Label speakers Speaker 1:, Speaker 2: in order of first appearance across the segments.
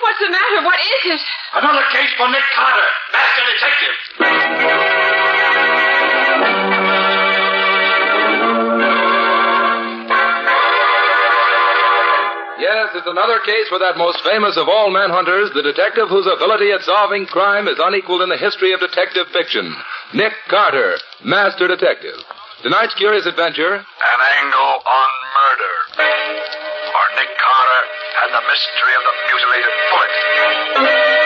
Speaker 1: What's the matter? What is it?
Speaker 2: Another case for Nick Carter, master detective.
Speaker 3: Yes, it's another case for that most famous of all manhunters, the detective whose ability at solving crime is unequaled in the history of detective fiction. Nick Carter, Master Detective. Tonight's curious adventure.
Speaker 2: An angle on murder. For Nick Carter and the mystery of the mutilated bullet.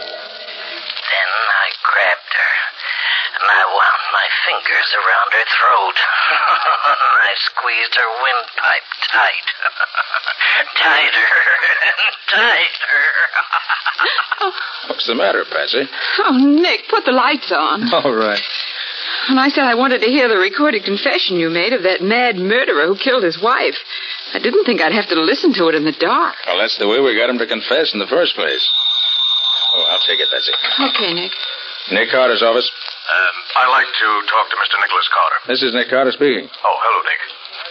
Speaker 4: Then I grabbed her, and I wound my fingers around her throat. I squeezed her windpipe tight. tighter and tighter.
Speaker 3: What's the matter, Patsy?
Speaker 1: Oh, Nick, put the lights on.
Speaker 3: All right.
Speaker 1: And I said I wanted to hear the recorded confession you made of that mad murderer who killed his wife. I didn't think I'd have to listen to it in the dark.
Speaker 3: Well, that's the way we got him to confess in the first place. Oh, I'll take it, Patsy.
Speaker 1: Okay, Nick.
Speaker 3: Nick Carter's office.
Speaker 2: Um, I'd like to talk to Mr. Nicholas Carter.
Speaker 3: This is Nick Carter speaking.
Speaker 2: Oh, hello, Nick.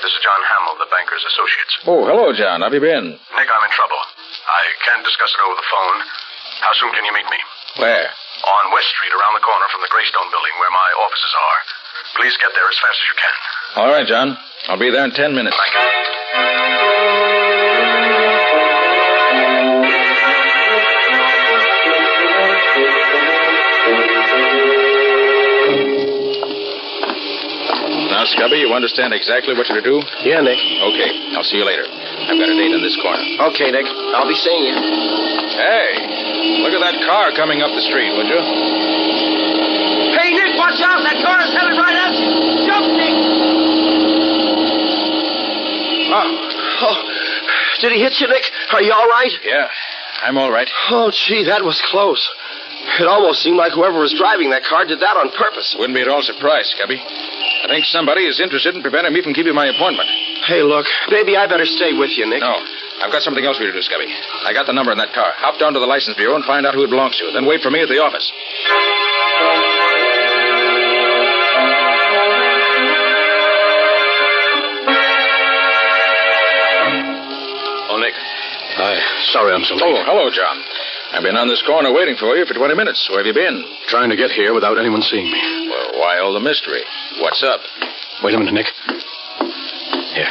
Speaker 2: This is John Hamill, the banker's associates.
Speaker 3: Oh, hello, John. How've you been?
Speaker 2: Nick, I'm in trouble. I can't discuss it over the phone. How soon can you meet me?
Speaker 3: Where?
Speaker 2: On West Street, around the corner from the Greystone building where my offices are. Please get there as fast as you can.
Speaker 3: All right, John. I'll be there in ten minutes.
Speaker 2: Thank you.
Speaker 3: Now, Scubby, you understand exactly what you're to do?
Speaker 5: Yeah, Nick.
Speaker 3: Okay, I'll see you later. I've got a date in this corner.
Speaker 5: Okay, Nick. I'll be seeing you.
Speaker 3: Hey, look at that car coming up the street, would you?
Speaker 5: Hey, Nick, watch out! That corner's headed right at you. Jump, Nick!
Speaker 6: Ah,
Speaker 5: Oh. Did he hit you, Nick? Are you all right?
Speaker 3: Yeah, I'm all right.
Speaker 5: Oh, gee, that was close. It almost seemed like whoever was driving that car did that on purpose.
Speaker 3: Wouldn't be at all surprised, Scubby. I think somebody is interested in preventing me from keeping my appointment.
Speaker 5: Hey, look, maybe I better stay with you, Nick.
Speaker 3: No, I've got something else for you to do, Scubby. I got the number in that car. Hop down to the license bureau and find out who it belongs to. Then wait for me at the office.
Speaker 2: Oh, Nick.
Speaker 5: sorry I'm so
Speaker 3: Oh, hello, John. I've been on this corner waiting for you for 20 minutes. Where have you been?
Speaker 5: Trying to get here without anyone seeing me.
Speaker 3: Well, why all the mystery? What's up?
Speaker 5: Wait a minute, Nick. Here,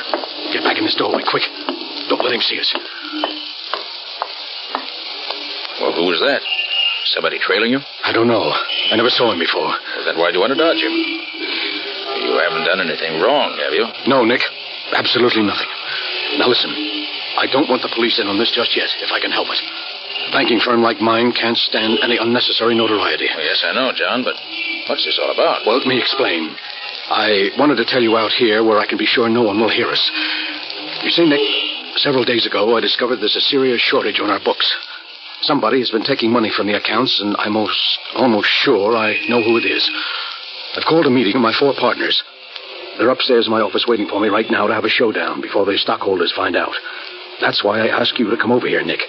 Speaker 5: get back in this doorway, quick. Don't let him see us.
Speaker 3: Well, who was that? Somebody trailing you?
Speaker 5: I don't know. I never saw him before.
Speaker 3: Well, then why do you want to dodge him? You haven't done anything wrong, have you?
Speaker 5: No, Nick. Absolutely nothing. Now listen, I don't want the police in on this just yet, if I can help it. A banking firm like mine can't stand any unnecessary notoriety.
Speaker 3: Well, yes, I know, John, but what's this all about?
Speaker 5: Well, let me explain. I wanted to tell you out here where I can be sure no one will hear us. You see, Nick, several days ago I discovered there's a serious shortage on our books. Somebody has been taking money from the accounts, and I'm most, almost sure I know who it is. I've called a meeting of my four partners. They're upstairs in my office waiting for me right now to have a showdown before their stockholders find out. That's why I ask you to come over here, Nick.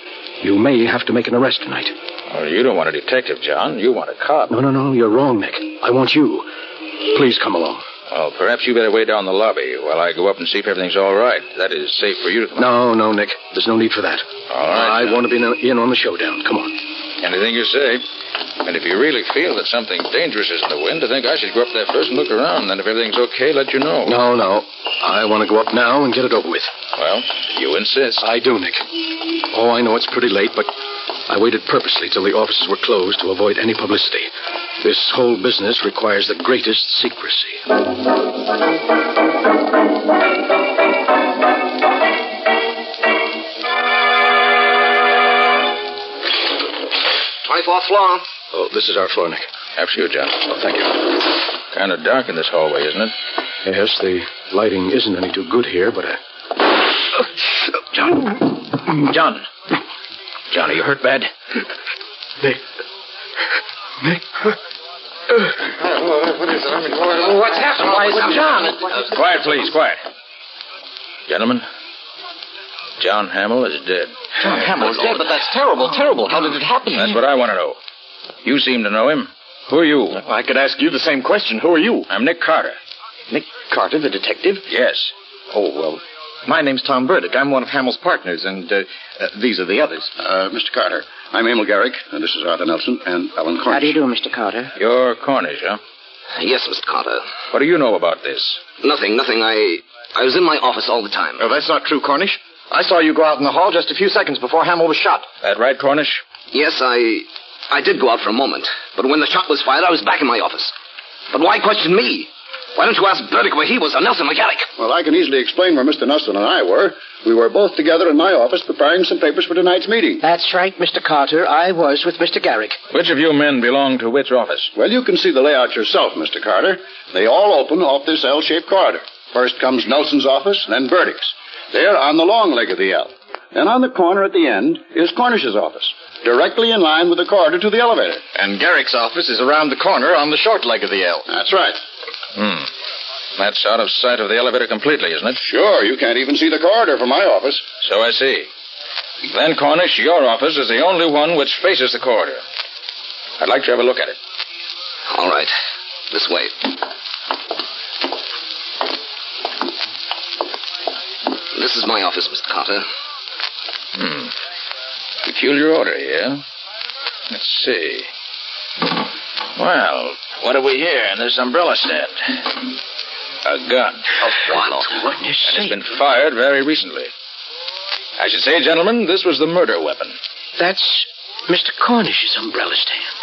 Speaker 5: You may have to make an arrest tonight.
Speaker 3: Well, you don't want a detective, John. You want a cop.
Speaker 5: No, no, no, you're wrong, Nick. I want you. Please come along.
Speaker 3: Well, perhaps you better wait down the lobby while I go up and see if everything's all right. That is safe for you to come.
Speaker 5: No, no, Nick. There's no need for that.
Speaker 3: All
Speaker 5: I
Speaker 3: right, John.
Speaker 5: want to be in- in on the showdown. Come on.
Speaker 3: Anything you say. And if you really feel that something dangerous is in the wind, I think I should go up there first and look around. Then if everything's okay, let you know.
Speaker 5: No, no. I want to go up now and get it over with.
Speaker 3: Well, you insist.
Speaker 5: I do, Nick. Oh, I know it's pretty late, but I waited purposely till the offices were closed to avoid any publicity. This whole business requires the greatest secrecy. Twenty-fourth floor. Oh, this is our floor, Nick.
Speaker 3: After you, John.
Speaker 5: Oh, thank you.
Speaker 3: Kind of dark in this hallway, isn't it?
Speaker 5: Yes, the lighting isn't any too good here, but uh, I.
Speaker 3: John. John. John, are you hurt bad?
Speaker 5: Nick. Nick.
Speaker 3: Uh, What's happened? Why is it John? quiet, please, quiet. Gentlemen, John Hamill is dead.
Speaker 6: John Hamill is dead, but that's terrible, terrible. How did it happen?
Speaker 3: That's what I want to know. You seem to know him. Who are you?
Speaker 6: I could ask you the same question. Who are you?
Speaker 3: I'm Nick Carter.
Speaker 6: Nick Carter, the detective?
Speaker 3: Yes.
Speaker 6: Oh, well,
Speaker 4: My name's Tom Burdick. I'm one of Hamill's partners, and uh, uh, these are the others.
Speaker 6: Uh, Mr. Carter, I'm Emil Garrick, and this is Arthur Nelson and Alan Cornish.
Speaker 7: How do you do, Mr. Carter?
Speaker 3: You're Cornish, huh?
Speaker 8: Yes, Mr. Carter.
Speaker 3: What do you know about this?
Speaker 8: Nothing, nothing. I I was in my office all the time.
Speaker 4: Oh, that's not true, Cornish. I saw you go out in the hall just a few seconds before Hamill was shot.
Speaker 3: That right, Cornish?
Speaker 8: Yes, I I did go out for a moment, but when the shot was fired, I was back in my office. But why question me? Why don't you ask Burdick where he was or Nelson McGarrick?
Speaker 6: Well, I can easily explain where Mr. Nelson and I were. We were both together in my office preparing some papers for tonight's meeting.
Speaker 7: That's right, Mr. Carter. I was with Mr. Garrick.
Speaker 3: Which of you men belong to which office?
Speaker 6: Well, you can see the layout yourself, Mr. Carter. They all open off this L shaped corridor. First comes Nelson's office, then Burdick's. They're on the long leg of the L. Then on the corner at the end is Cornish's office, directly in line with the corridor to the elevator.
Speaker 4: And Garrick's office is around the corner on the short leg of the L.
Speaker 6: That's right.
Speaker 3: Hmm. That's out of sight of the elevator completely, isn't it?
Speaker 6: Sure, you can't even see the corridor from my office.
Speaker 3: So I see. Then, Cornish, your office is the only one which faces the corridor. I'd like to have a look at it.
Speaker 8: All right. This way. This is my office, Mr. Carter.
Speaker 3: Hmm. Peculiar order here. Let's see. Well, what do we hear in this umbrella stand? A gun.
Speaker 8: Oh, what?
Speaker 3: And it's been fired very recently. I should say, gentlemen, this was the murder weapon.
Speaker 7: That's Mr. Cornish's umbrella stand.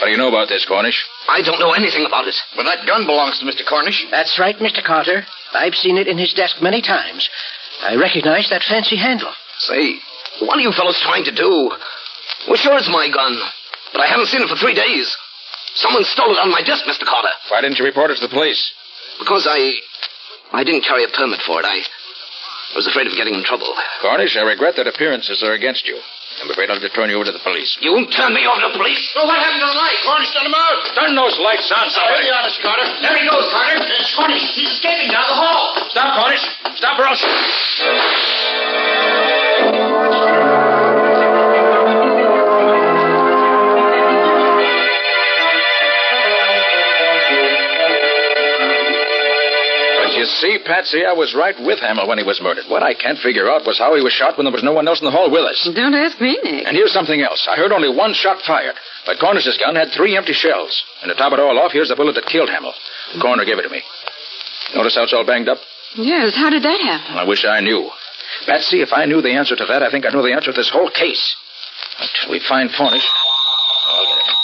Speaker 3: What do you know about this, Cornish?
Speaker 8: I don't know anything about it.
Speaker 4: But that gun belongs to Mr. Cornish.
Speaker 7: That's right, Mr. Carter. I've seen it in his desk many times. I recognize that fancy handle.
Speaker 8: Say, what are you fellows trying to do? Well, sure, it's my gun, but I haven't seen it for three days. Someone stole it on my desk, Mr. Carter,
Speaker 3: Why didn't you report it to the police?
Speaker 8: because I. I didn't carry a permit for it. I. I was afraid of getting in trouble.
Speaker 3: Cornish, I regret that appearances are against you. I'm afraid I'll have to turn you over to the police.
Speaker 8: You won't turn me over to the police.
Speaker 6: Well, what happened to the light? Cornish turned him out.
Speaker 3: Turn those lights on, somebody.
Speaker 6: on, Mr. Carter. There he goes, Carter. It's Cornish. He's escaping down the hall.
Speaker 3: Stop, Cornish. Stop, or else. But You see, Patsy, I was right with Hamill when he was murdered. What I can't figure out was how he was shot when there was no one else in the hall with us.
Speaker 1: Don't ask me, Nick.
Speaker 3: And here's something else. I heard only one shot fired, but Cornish's gun had three empty shells. And to top it all off, here's the bullet that killed Hamill. The coroner gave it to me. Notice how it's all banged up?
Speaker 1: Yes, how did that happen?
Speaker 3: I wish I knew. Patsy, if I knew the answer to that, I think I know the answer to this whole case. Until we find Cornish. I'll get him.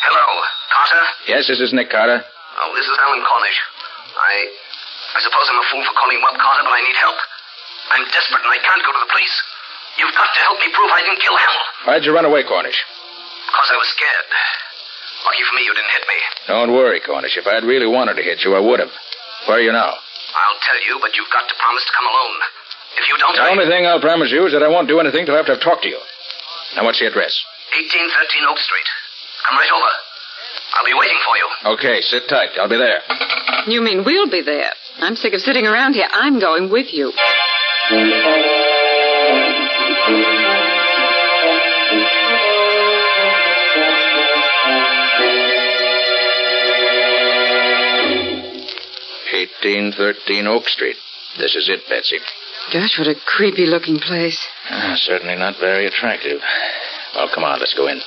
Speaker 8: Hello, Carter.
Speaker 3: Yes, this is Nick Carter.
Speaker 8: Oh, this is Alan Cornish. I. I suppose I'm a fool for calling Webb Carter, but I need help. I'm desperate and I can't go to the police. You've got to help me prove I didn't kill Hamill.
Speaker 3: Why'd you run away, Cornish?
Speaker 8: Because I was scared. Lucky for me, you didn't hit me.
Speaker 3: Don't worry, Cornish. If I'd really wanted to hit you, I would have. Where are you now?
Speaker 8: I'll tell you, but you've got to promise to come alone. If you don't,
Speaker 3: The only thing I'll promise you is that I won't do anything till after I've talked to you. Now, what's the address?
Speaker 8: 1813 Oak Street. Come right over. I'll be waiting for you.
Speaker 3: Okay, sit tight. I'll be there.
Speaker 1: You mean we'll be there? I'm sick of sitting around here. I'm going with you.
Speaker 3: Eighteen thirteen Oak Street. This is it, Betsy.
Speaker 1: Gosh, what a creepy looking place.
Speaker 3: Ah, certainly not very attractive. Well, come on, let's go in.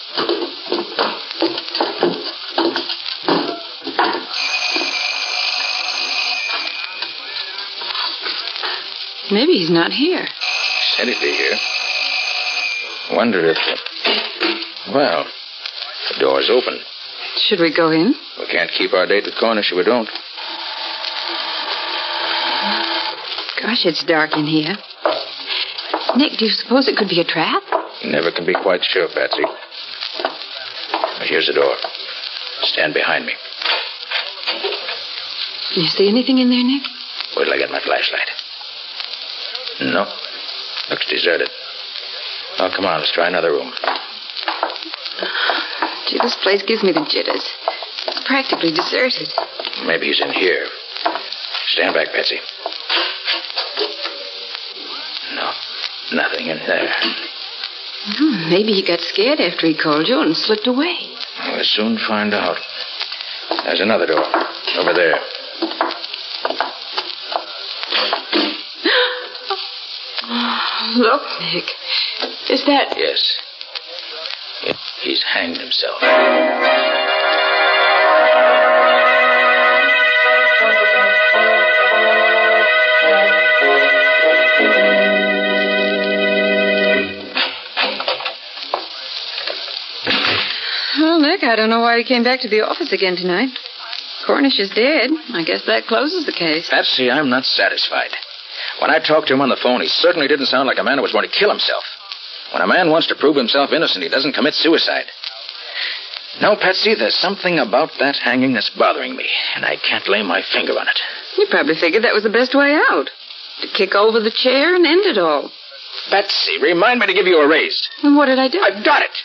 Speaker 1: Maybe he's not here.
Speaker 3: Said he'd be here. Wonder if. Well, the door's open.
Speaker 1: Should we go in?
Speaker 3: We can't keep our date with Cornish if we don't.
Speaker 1: Gosh, it's dark in here. Nick, do you suppose it could be a trap?
Speaker 3: You never can be quite sure, Patsy. Here's the door. Stand behind me.
Speaker 1: You see anything in there, Nick?
Speaker 3: Wait till I get my flashlight. No. Looks deserted. Oh, come on, let's try another room.
Speaker 1: Gee, this place gives me the jitters. Practically deserted.
Speaker 3: Maybe he's in here. Stand back, Betsy. No, nothing in there.
Speaker 1: Hmm, maybe he got scared after he called you and slipped away.
Speaker 3: We'll soon find out. There's another door. Over there.
Speaker 1: Look, Nick. Is that.
Speaker 3: Yes. Yeah, He's hanged himself.
Speaker 1: Well, Nick, I don't know why you came back to the office again tonight. Cornish is dead. I guess that closes the case.
Speaker 3: Patsy, I'm not satisfied. When I talked to him on the phone, he certainly didn't sound like a man who was going to kill himself. When a man wants to prove himself innocent, he doesn't commit suicide. No, Patsy, there's something about that hanging that's bothering me, and I can't lay my finger on it.
Speaker 1: You probably figured that was the best way out to kick over the chair and end it all.
Speaker 3: Patsy, remind me to give you a raise.
Speaker 1: And what did I do?
Speaker 3: I've got it.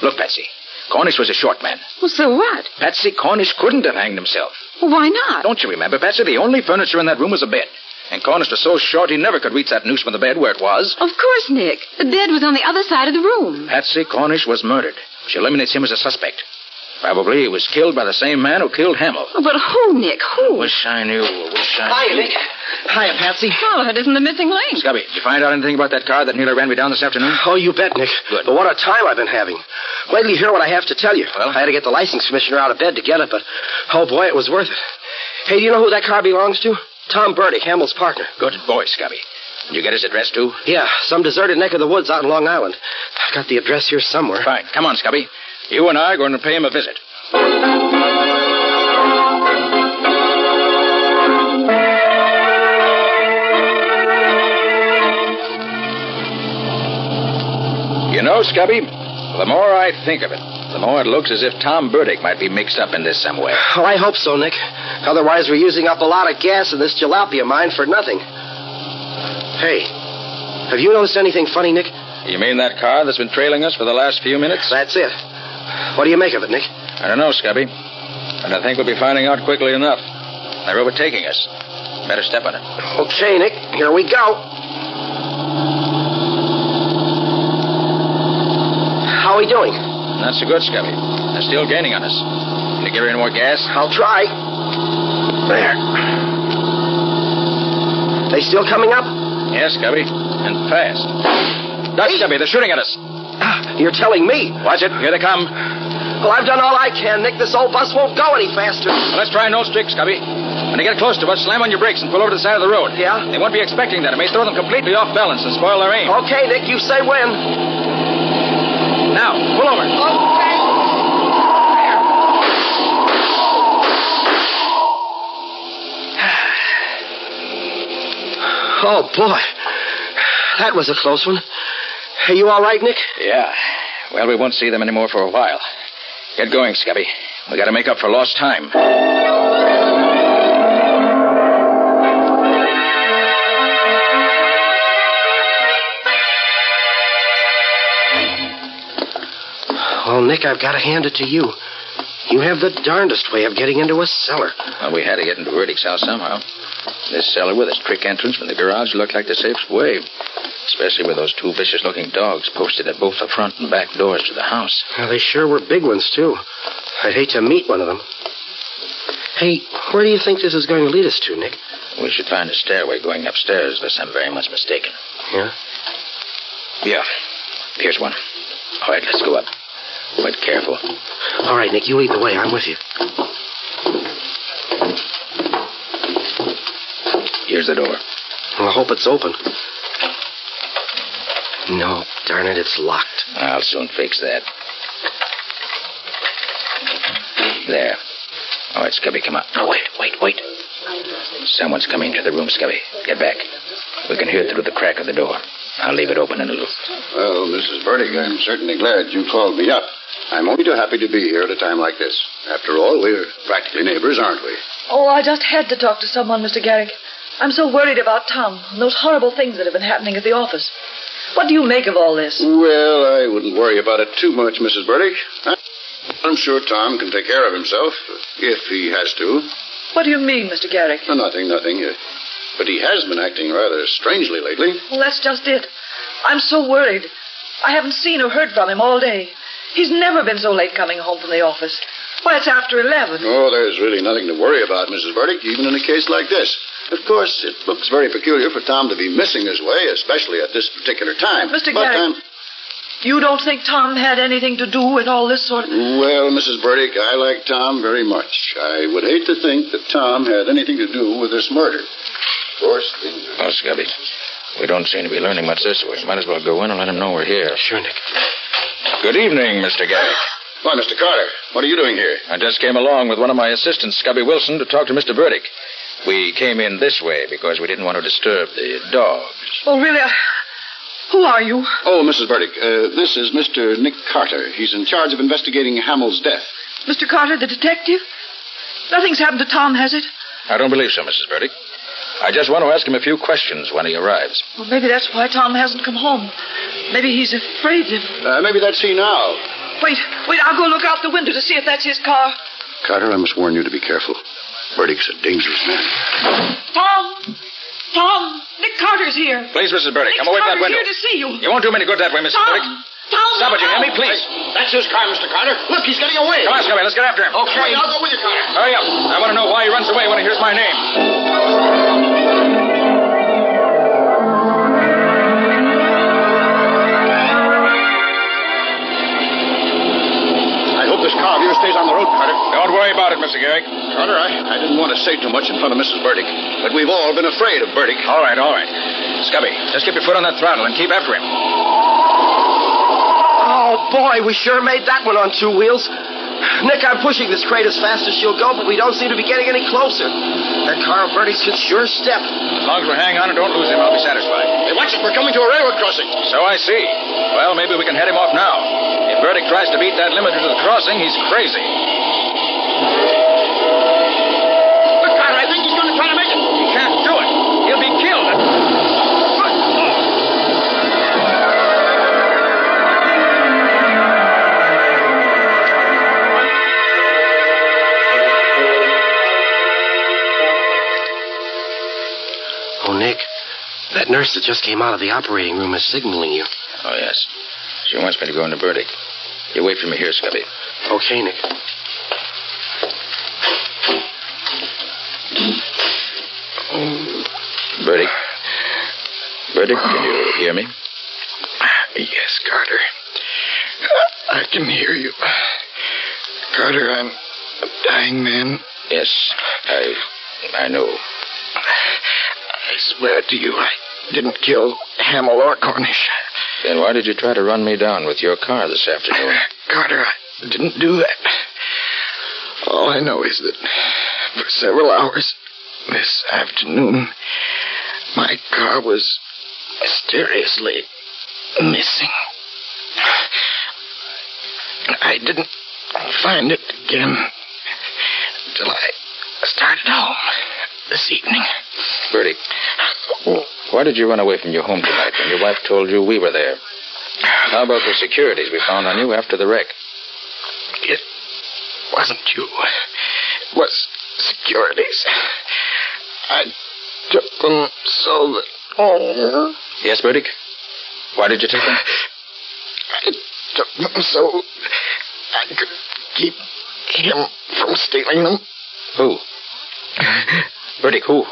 Speaker 3: Look, Patsy, Cornish was a short man.
Speaker 1: Well, so what?
Speaker 3: Patsy Cornish couldn't have hanged himself.
Speaker 1: Well, why not?
Speaker 3: Ah, Don't you remember, Patsy? The only furniture in that room was a bed. And Cornish was so short he never could reach that noose from the bed where it was.
Speaker 1: Of course, Nick. The bed was on the other side of the room.
Speaker 3: Patsy Cornish was murdered. She eliminates him as a suspect. Probably he was killed by the same man who killed Hamill.
Speaker 1: Oh, but who, Nick? Who?
Speaker 3: Wish I knew. Wish I
Speaker 9: Hiya,
Speaker 3: knew.
Speaker 9: Nick. Hiya, Patsy.
Speaker 1: Well, it isn't the missing link.
Speaker 3: Scubby, did you find out anything about that car that nearly ran me down this afternoon?
Speaker 9: Oh, you bet, Nick.
Speaker 3: Good.
Speaker 9: But what a time I've been having. Wait till you hear what I have to tell you.
Speaker 3: Well?
Speaker 9: I had to get the license commissioner out of bed to get it, but oh boy, it was worth it. Hey, do you know who that car belongs to? Tom Burdick, Hamill's partner.
Speaker 3: Good boy, Scubby. Did you get his address, too?
Speaker 9: Yeah, some deserted neck of the woods out in Long Island. I've got the address here somewhere.
Speaker 3: Fine. Come on, Scubby. You and I are going to pay him a visit. You know, Scubby, the more I think of it, the more it looks as if Tom Burdick might be mixed up in this some way.
Speaker 9: Well, I hope so, Nick. Otherwise, we're using up a lot of gas in this jalopy of mine for nothing. Hey, have you noticed anything funny, Nick?
Speaker 3: You mean that car that's been trailing us for the last few minutes?
Speaker 9: That's it. What do you make of it, Nick?
Speaker 3: I don't know, Scubby. But I think we'll be finding out quickly enough. They're overtaking us. Better step on it.
Speaker 9: Okay, Nick, here we go. How are we doing?
Speaker 3: Not so good, Scubby. They're still gaining on us. Can you give her any more gas?
Speaker 9: I'll try. There. They still coming up?
Speaker 3: Yes, Scubby. And fast. Dutch, Scubby, they're shooting at us.
Speaker 9: Ah, You're telling me.
Speaker 3: Watch it. Here they come.
Speaker 9: Well, I've done all I can, Nick. This old bus won't go any faster.
Speaker 3: Well, let's try no tricks, Scubby. When they get close to us, slam on your brakes and pull over to the side of the road.
Speaker 9: Yeah?
Speaker 3: They won't be expecting that. It may throw them completely off balance and spoil their aim.
Speaker 9: Okay, Nick, you say when.
Speaker 3: Now, pull over.
Speaker 10: Oh,
Speaker 9: Oh, boy. That was a close one. Are you all right, Nick?
Speaker 3: Yeah. Well, we won't see them anymore for a while. Get going, Scubby. We gotta make up for lost time.
Speaker 9: Well, Nick, I've got to hand it to you. You have the darndest way of getting into a cellar.
Speaker 3: Well, we had to get into Erdick's house somehow. This cellar with its trick entrance from the garage looked like the safest way, especially with those two vicious looking dogs posted at both the front and back doors to the house.
Speaker 9: Well, they sure were big ones, too. I'd hate to meet one of them. Hey, where do you think this is going to lead us to, Nick?
Speaker 3: We should find a stairway going upstairs, unless I'm very much mistaken.
Speaker 9: Yeah?
Speaker 3: Yeah, here's one. All right, let's go up. But careful.
Speaker 9: All right, Nick, you lead the way. I'm with you.
Speaker 3: Here's the door.
Speaker 9: I hope it's open. No, darn it, it's locked.
Speaker 3: I'll soon fix that. There. All right, Scubby, come on. No, wait, wait, wait. Someone's coming into the room, Scubby. Get back. We can hear it through the crack of the door. I'll leave it open in a little.
Speaker 6: Well, Mrs. Burdick, I'm certainly glad you called me up. I'm only too happy to be here at a time like this. After all, we're practically neighbors, aren't we?
Speaker 10: Oh, I just had to talk to someone, Mr. Garrick. I'm so worried about Tom and those horrible things that have been happening at the office. What do you make of all this?
Speaker 6: Well, I wouldn't worry about it too much, Mrs. Burdick. I'm sure Tom can take care of himself, if he has to.
Speaker 10: What do you mean, Mr. Garrick?
Speaker 6: No, nothing, nothing. Uh, But he has been acting rather strangely lately.
Speaker 10: Well, that's just it. I'm so worried. I haven't seen or heard from him all day. He's never been so late coming home from the office. Well, it's after 11.
Speaker 6: Oh, there's really nothing to worry about, Mrs. Burdick, even in a case like this. Of course, it looks very peculiar for Tom to be missing his way, especially at this particular time.
Speaker 10: Mr.
Speaker 6: But,
Speaker 10: Garrick.
Speaker 6: um,
Speaker 10: You don't think Tom had anything to do with all this sort of...
Speaker 6: um, Well, Mrs. Burdick, I like Tom very much. I would hate to think that Tom had anything to do with this murder. Of course, things are...
Speaker 3: Oh, Scubby, we don't seem to be learning much this way. Might as well go in and let him know we're here. Sure, Nick. Good evening, Mr. Garrick.
Speaker 6: Why, Mr. Carter, what are you doing here?
Speaker 3: I just came along with one of my assistants, Scubby Wilson, to talk to Mr. Burdick. We came in this way because we didn't want to disturb the dog.
Speaker 10: Oh, really? I... Who are you?
Speaker 6: Oh, Mrs. Burdick, uh, this is Mr. Nick Carter. He's in charge of investigating Hamill's death.
Speaker 10: Mr. Carter, the detective? Nothing's happened to Tom, has it?
Speaker 3: I don't believe so, Mrs. Burdick. I just want to ask him a few questions when he arrives.
Speaker 10: Well, maybe that's why Tom hasn't come home. Maybe he's afraid of...
Speaker 6: Uh, maybe that's he now.
Speaker 10: Wait, wait, I'll go look out the window to see if that's his car.
Speaker 6: Carter, I must warn you to be careful. Burdick's a dangerous man.
Speaker 10: Tom! Tom! Nick Carter's here.
Speaker 3: Please, Mrs. Burdick,
Speaker 10: Nick
Speaker 3: come away from that
Speaker 10: Carter's
Speaker 3: window.
Speaker 10: here to see you.
Speaker 3: You won't do me any good that way, Mrs.
Speaker 10: Tom!
Speaker 3: Burdick.
Speaker 10: Tom!
Speaker 3: Stop it, you hear me, please?
Speaker 6: That's his car, Mr. Carter. Look, he's getting away.
Speaker 3: Come on, Scubby, let's get after him. Okay.
Speaker 6: I'll go with you, Carter.
Speaker 3: Hurry up. I want to know why he runs away when he hears my name.
Speaker 6: I hope this car of yours stays on the road, Carter.
Speaker 3: Don't worry about it, Mr. Garrick.
Speaker 6: Carter, I, I didn't want to say too much in front of Mrs. Burdick, but we've all been afraid of Burdick.
Speaker 3: All right, all right. Scubby, just keep your foot on that throttle and keep after him.
Speaker 9: Oh, boy, we sure made that one on two wheels. Nick, I'm pushing this crate as fast as she'll go, but we don't seem to be getting any closer. That car of Bertie's hits your step.
Speaker 3: As long as we hang on and don't lose him, I'll be satisfied.
Speaker 6: Hey, watch it. We're coming to a railroad crossing.
Speaker 3: So I see. Well, maybe we can head him off now. If Burdick tries to beat that limiter to the crossing, he's crazy.
Speaker 6: Look, Carter, I think he's going to try to make it.
Speaker 3: He can't do it. He'll be killed.
Speaker 7: Oh, Nick, that nurse that just came out of the operating room is signaling you.
Speaker 3: Oh, yes. She wants me to go into Burdick. You wait for me here, Scubby.
Speaker 7: Okay, Nick.
Speaker 3: Burdick. Burdick, can you hear me?
Speaker 4: Yes, Carter. I can hear you. Carter, I'm a dying man.
Speaker 3: Yes, I, I know.
Speaker 4: I swear to you, I didn't kill Hamill or Cornish.
Speaker 3: Then why did you try to run me down with your car this afternoon?
Speaker 4: Carter, I didn't do that. All I know is that for several hours this afternoon, my car was mysteriously missing. I didn't find it again until I started home this evening.
Speaker 3: Bertie, why did you run away from your home tonight when your wife told you we were there? How about the securities we found on you after the wreck?
Speaker 4: It wasn't you. It was securities. I took them so that. Oh.
Speaker 3: Yes, Burdick? Why did you take them?
Speaker 4: took them so I could keep him from stealing them.
Speaker 3: Who? Burdick, who?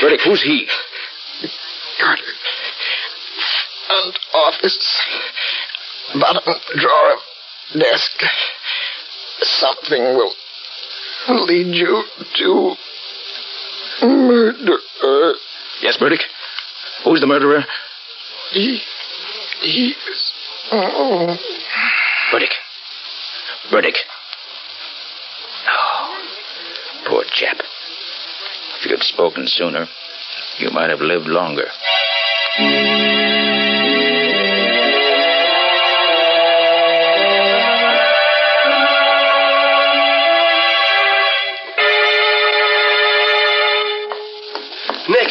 Speaker 3: Burdick, who's he?
Speaker 4: Carter. Front office. Bottom drawer of desk. Something will lead you to murderer.
Speaker 3: Uh, Yes, Burdick? Who's the murderer?
Speaker 4: He. He is. Oh.
Speaker 3: Burdick. Burdick. Oh, poor chap. If you'd spoken sooner, you might have lived longer.
Speaker 9: Nick!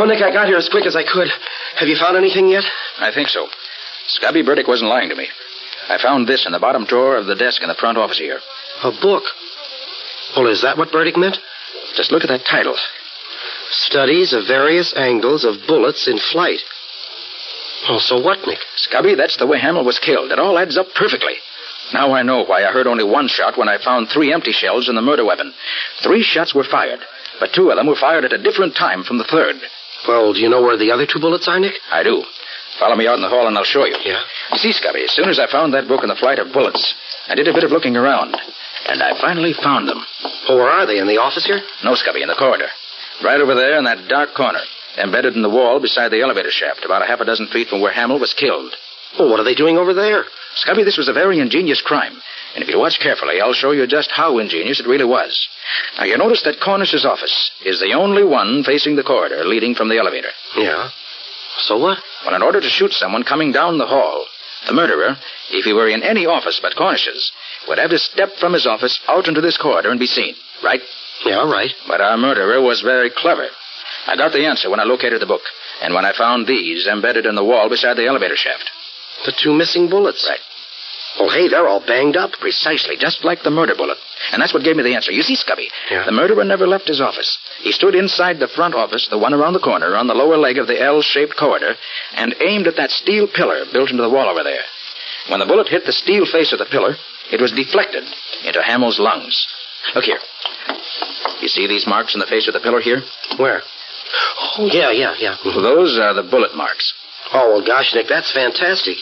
Speaker 9: Oh, Nick, I got here as quick as I could. Have you found anything yet?
Speaker 3: I think so. Scubby Burdick wasn't lying to me. I found this in the bottom drawer of the desk in the front office here.
Speaker 9: A book. Well, is that what Burdick meant?
Speaker 3: Just look at that title.
Speaker 9: Studies of various angles of bullets in flight. Well, so what, Nick?
Speaker 11: Oh,
Speaker 3: Scubby, that's the way Hamill was killed. It all adds up perfectly. Now I know why I heard only one shot when I found three empty shells in the murder weapon. Three shots were fired, but two of them were fired at a different time from the third.
Speaker 11: Well, do you know where the other two bullets are, Nick?
Speaker 3: I do. Follow me out in the hall and I'll show you.
Speaker 11: Yeah?
Speaker 3: You see, Scubby, as soon as I found that book and the flight of bullets, I did a bit of looking around, and I finally found them.
Speaker 11: Oh, where are they? In the office here?
Speaker 3: No, Scubby, in the corridor. Right over there in that dark corner, embedded in the wall beside the elevator shaft, about a half a dozen feet from where Hamill was killed.
Speaker 11: Well, what are they doing over there?
Speaker 3: Scubby, this was a very ingenious crime. And if you watch carefully, I'll show you just how ingenious it really was. Now, you notice that Cornish's office is the only one facing the corridor leading from the elevator.
Speaker 11: Yeah. So what?
Speaker 3: Well, in order to shoot someone coming down the hall, the murderer, if he were in any office but Cornish's, would have to step from his office out into this corridor and be seen, right?
Speaker 11: Yeah, right.
Speaker 3: But our murderer was very clever. I got the answer when I located the book, and when I found these embedded in the wall beside the elevator shaft.
Speaker 11: The two missing bullets.
Speaker 3: Right.
Speaker 11: Well, hey, they're all banged up.
Speaker 3: Precisely, just like the murder bullet. And that's what gave me the answer. You see, Scubby,
Speaker 11: Yeah.
Speaker 3: the murderer never left his office. He stood inside the front office, the one around the corner, on the lower leg of the L shaped corridor, and aimed at that steel pillar built into the wall over there. When the bullet hit the steel face of the pillar, it was deflected into Hamill's lungs. Look here. You see these marks in the face of the pillar here?
Speaker 11: Where? Oh, yeah, yeah, yeah.
Speaker 3: Those are the bullet marks.
Speaker 11: Oh, well, gosh, Nick, that's fantastic.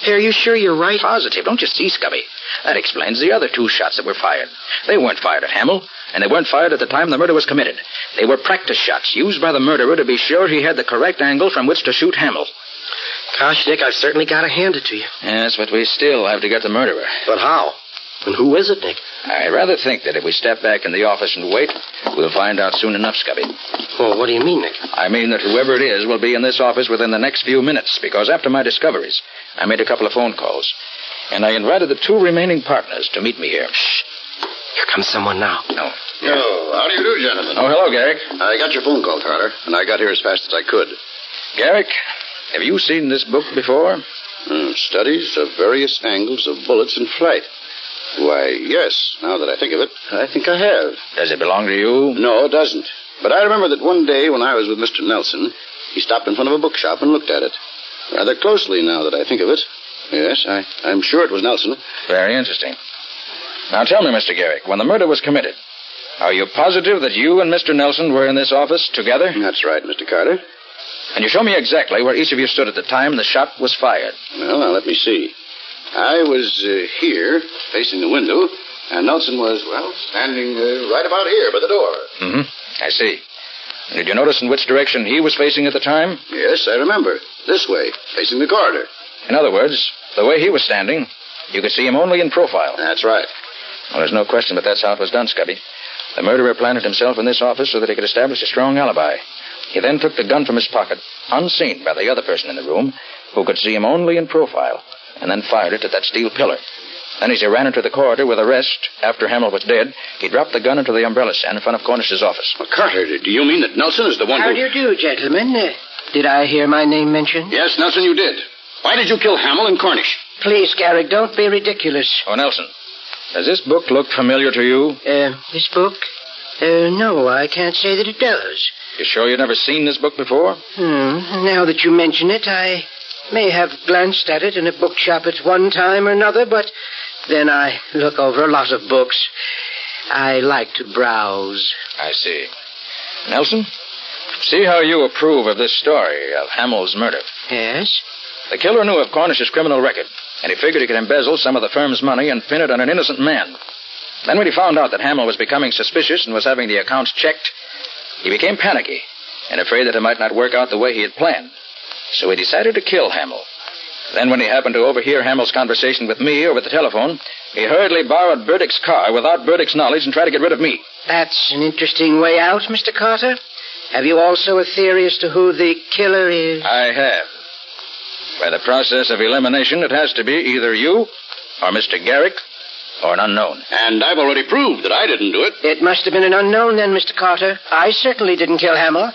Speaker 3: Hey, are you sure you're right? Positive. Don't you see, Scubby? That explains the other two shots that were fired. They weren't fired at Hamill, and they weren't fired at the time the murder was committed. They were practice shots used by the murderer to be sure he had the correct angle from which to shoot Hamill.
Speaker 11: Gosh, Nick, I've certainly got to hand it to you.
Speaker 3: Yes, but we still have to get the murderer.
Speaker 11: But how? And who is it, Nick?
Speaker 3: I rather think that if we step back in the office and wait, we'll find out soon enough, Scubby.
Speaker 11: Well, what do you mean, Nick?
Speaker 3: I mean that whoever it is will be in this office within the next few minutes, because after my discoveries, I made a couple of phone calls. And I invited the two remaining partners to meet me here. Shh.
Speaker 11: Here comes someone now.
Speaker 3: No.
Speaker 6: Oh, how do you do, gentlemen?
Speaker 3: Oh, hello, Garrick.
Speaker 6: I got your phone call, Carter, and I got here as fast as I could.
Speaker 3: Garrick, have you seen this book before?
Speaker 6: Hmm, studies of various angles of bullets in flight. Why, yes, now that I think of it, I think I have.
Speaker 3: Does it belong to you?
Speaker 6: No, it doesn't. But I remember that one day when I was with Mr. Nelson, he stopped in front of a bookshop and looked at it. Rather closely, now that I think of it. Yes, I, I'm sure it was Nelson.
Speaker 3: Very interesting. Now tell me, Mr. Garrick, when the murder was committed, are you positive that you and Mr. Nelson were in this office together?
Speaker 6: That's right, Mr. Carter.
Speaker 3: And you show me exactly where each of you stood at the time the shot was fired.
Speaker 6: Well, now let me see. I was uh, here, facing the window, and Nelson was, well, standing uh, right about here by the door.
Speaker 3: Mm hmm. I see. Did you notice in which direction he was facing at the time?
Speaker 6: Yes, I remember. This way, facing the corridor.
Speaker 3: In other words, the way he was standing, you could see him only in profile.
Speaker 6: That's right.
Speaker 3: Well, there's no question but that's how it was done, Scubby. The murderer planted himself in this office so that he could establish a strong alibi. He then took the gun from his pocket, unseen by the other person in the room, who could see him only in profile, and then fired it at that steel pillar. Then, as he ran into the corridor with the rest, after Hamill was dead, he dropped the gun into the umbrella stand in front of Cornish's office.
Speaker 6: Carter, do you mean that Nelson is the one
Speaker 7: How
Speaker 6: who...
Speaker 7: do you do, gentlemen? Uh, did I hear my name mentioned?
Speaker 6: Yes, Nelson, you did. Why did you kill Hamill and Cornish?
Speaker 7: Please, Garrick, don't be ridiculous.
Speaker 3: Oh, Nelson, does this book look familiar to you?
Speaker 7: Uh, this book? Uh, no, I can't say that it does.
Speaker 3: You sure you've never seen this book before?
Speaker 7: Hmm. Now that you mention it, I may have glanced at it in a bookshop at one time or another, but then I look over a lot of books. I like to browse.
Speaker 3: I see. Nelson, see how you approve of this story of Hamill's murder.
Speaker 7: Yes?
Speaker 3: The killer knew of Cornish's criminal record, and he figured he could embezzle some of the firm's money and pin it on an innocent man. Then, when he found out that Hamill was becoming suspicious and was having the accounts checked, he became panicky and afraid that it might not work out the way he had planned. So he decided to kill Hamill. Then, when he happened to overhear Hamill's conversation with me over the telephone, he hurriedly borrowed Burdick's car without Burdick's knowledge and tried to get rid of me.
Speaker 7: That's an interesting way out, Mr. Carter. Have you also a theory as to who the killer is?
Speaker 3: I have. By the process of elimination, it has to be either you, or Mr. Garrick, or an unknown.
Speaker 6: And I've already proved that I didn't do it.
Speaker 7: It must have been an unknown then, Mr. Carter. I certainly didn't kill Hamill.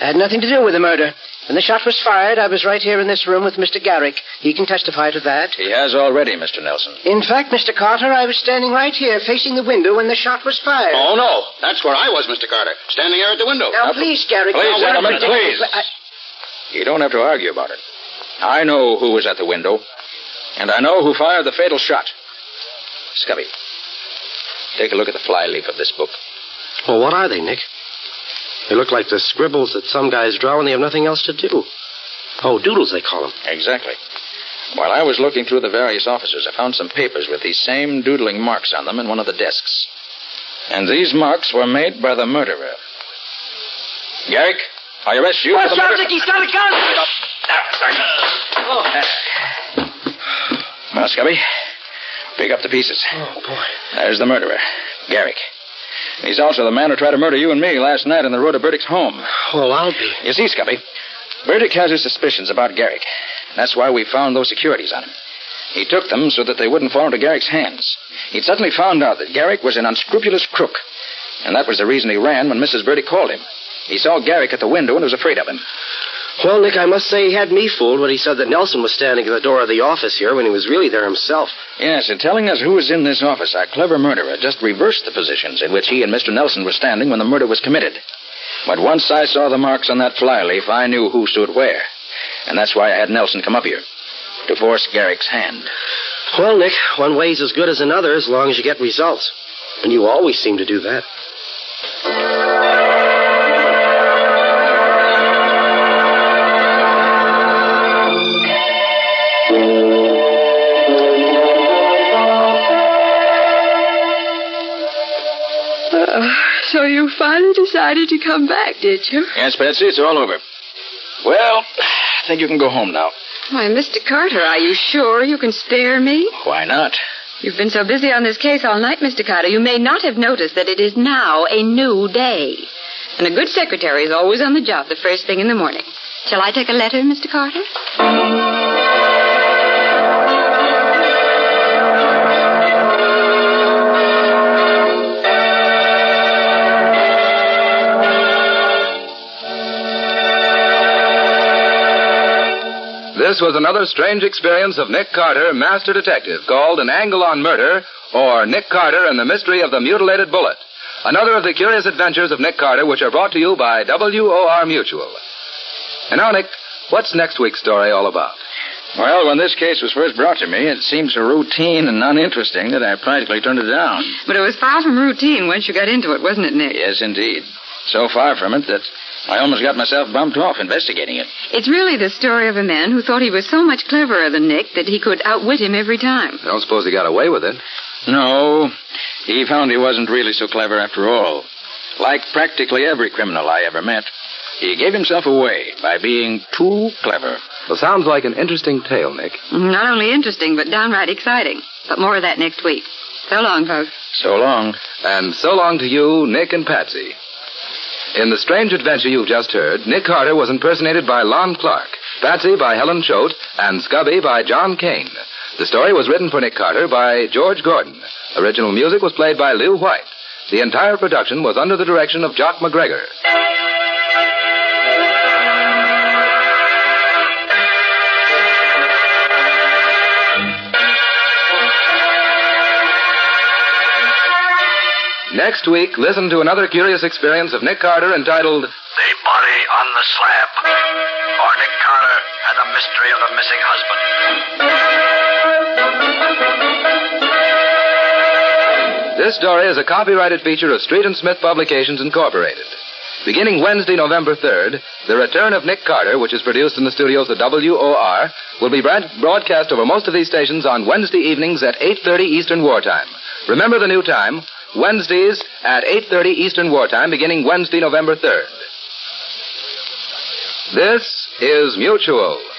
Speaker 7: I had nothing to do with the murder. When the shot was fired, I was right here in this room with Mr. Garrick. He can testify to that.
Speaker 3: He has already, Mr. Nelson.
Speaker 7: In fact, Mr. Carter, I was standing right here facing the window when the shot was fired.
Speaker 6: Oh, no. That's where I was, Mr. Carter, standing there at the window.
Speaker 7: Now, please, Garrick.
Speaker 3: Please,
Speaker 7: now, what
Speaker 3: gentlemen,
Speaker 7: about-
Speaker 3: please.
Speaker 7: I-
Speaker 3: You don't have to argue about it. I know who was at the window, and I know who fired the fatal shot. Scubby, take a look at the flyleaf of this book.
Speaker 11: Well, what are they, Nick? They look like the scribbles that some guys draw when they have nothing else to do. Oh, doodles, they call them.
Speaker 3: Exactly. While I was looking through the various offices, I found some papers with these same doodling marks on them in one of the desks. And these marks were made by the murderer. Garrick, I arrest you. for the murder-
Speaker 9: He's got a gun! Oh.
Speaker 3: Well, Scubby, pick up the pieces.
Speaker 11: Oh, boy.
Speaker 3: There's the murderer, Garrick. He's also the man who tried to murder you and me last night on the road to Burdick's home.
Speaker 11: Well, I'll be.
Speaker 3: You see, Scubby, Burdick has his suspicions about Garrick. That's why we found those securities on him. He took them so that they wouldn't fall into Garrick's hands. He'd suddenly found out that Garrick was an unscrupulous crook, and that was the reason he ran when Mrs. Burdick called him. He saw Garrick at the window and was afraid of him.
Speaker 11: Well, Nick, I must say he had me fooled when he said that Nelson was standing at the door of the office here when he was really there himself.
Speaker 3: Yes, in telling us who was in this office, our clever murderer just reversed the positions in which he and Mr. Nelson were standing when the murder was committed. But once I saw the marks on that flyleaf, I knew who stood where. And that's why I had Nelson come up here to force Garrick's hand.
Speaker 11: Well, Nick, one way's as good as another as long as you get results. And you always seem to do that.
Speaker 1: Oh, so you finally decided to come back, did you?
Speaker 3: Yes, Patsy, it's all over. Well, I think you can go home now.
Speaker 1: Why, Mr. Carter, are you sure you can spare me?
Speaker 3: Why not?
Speaker 1: You've been so busy on this case all night, Mr. Carter, you may not have noticed that it is now a new day. And a good secretary is always on the job the first thing in the morning. Shall I take a letter, Mr. Carter?
Speaker 12: This was another strange experience of Nick Carter, Master Detective, called An Angle on Murder, or Nick Carter and the Mystery of the Mutilated Bullet. Another of the curious adventures of Nick Carter, which are brought to you by WOR Mutual. And now, Nick, what's next week's story all about?
Speaker 3: Well, when this case was first brought to me, it seemed so routine and uninteresting that I practically turned it down.
Speaker 1: But it was far from routine once you got into it, wasn't it, Nick?
Speaker 3: Yes, indeed. So far from it that I almost got myself bumped off investigating it.
Speaker 1: It's really the story of a man who thought he was so much cleverer than Nick that he could outwit him every time.
Speaker 3: I don't suppose he got away with it. No. He found he wasn't really so clever after all. Like practically every criminal I ever met, he gave himself away by being too clever.
Speaker 12: Well, sounds like an interesting tale, Nick.
Speaker 1: Not only interesting, but downright exciting. But more of that next week. So long, folks.
Speaker 3: So long.
Speaker 12: And so long to you, Nick and Patsy. In the strange adventure you've just heard, Nick Carter was impersonated by Lon Clark, Patsy by Helen Choate, and Scubby by John Kane. The story was written for Nick Carter by George Gordon. Original music was played by Lou White. The entire production was under the direction of Jock McGregor.
Speaker 4: Oh.
Speaker 12: Next week, listen to another curious experience of Nick Carter entitled
Speaker 2: The body on the slab. Or Nick Carter and the mystery of the missing husband.
Speaker 12: This story is a copyrighted feature of Street and Smith Publications Incorporated. Beginning Wednesday, November 3rd, The Return of Nick Carter, which is produced in the studios of WOR, will be brad- broadcast over most of these stations on Wednesday evenings at 8:30 Eastern Wartime. Remember the new time, Wednesdays at 8:30 Eastern Wartime beginning Wednesday, November 3rd. This is Mutual.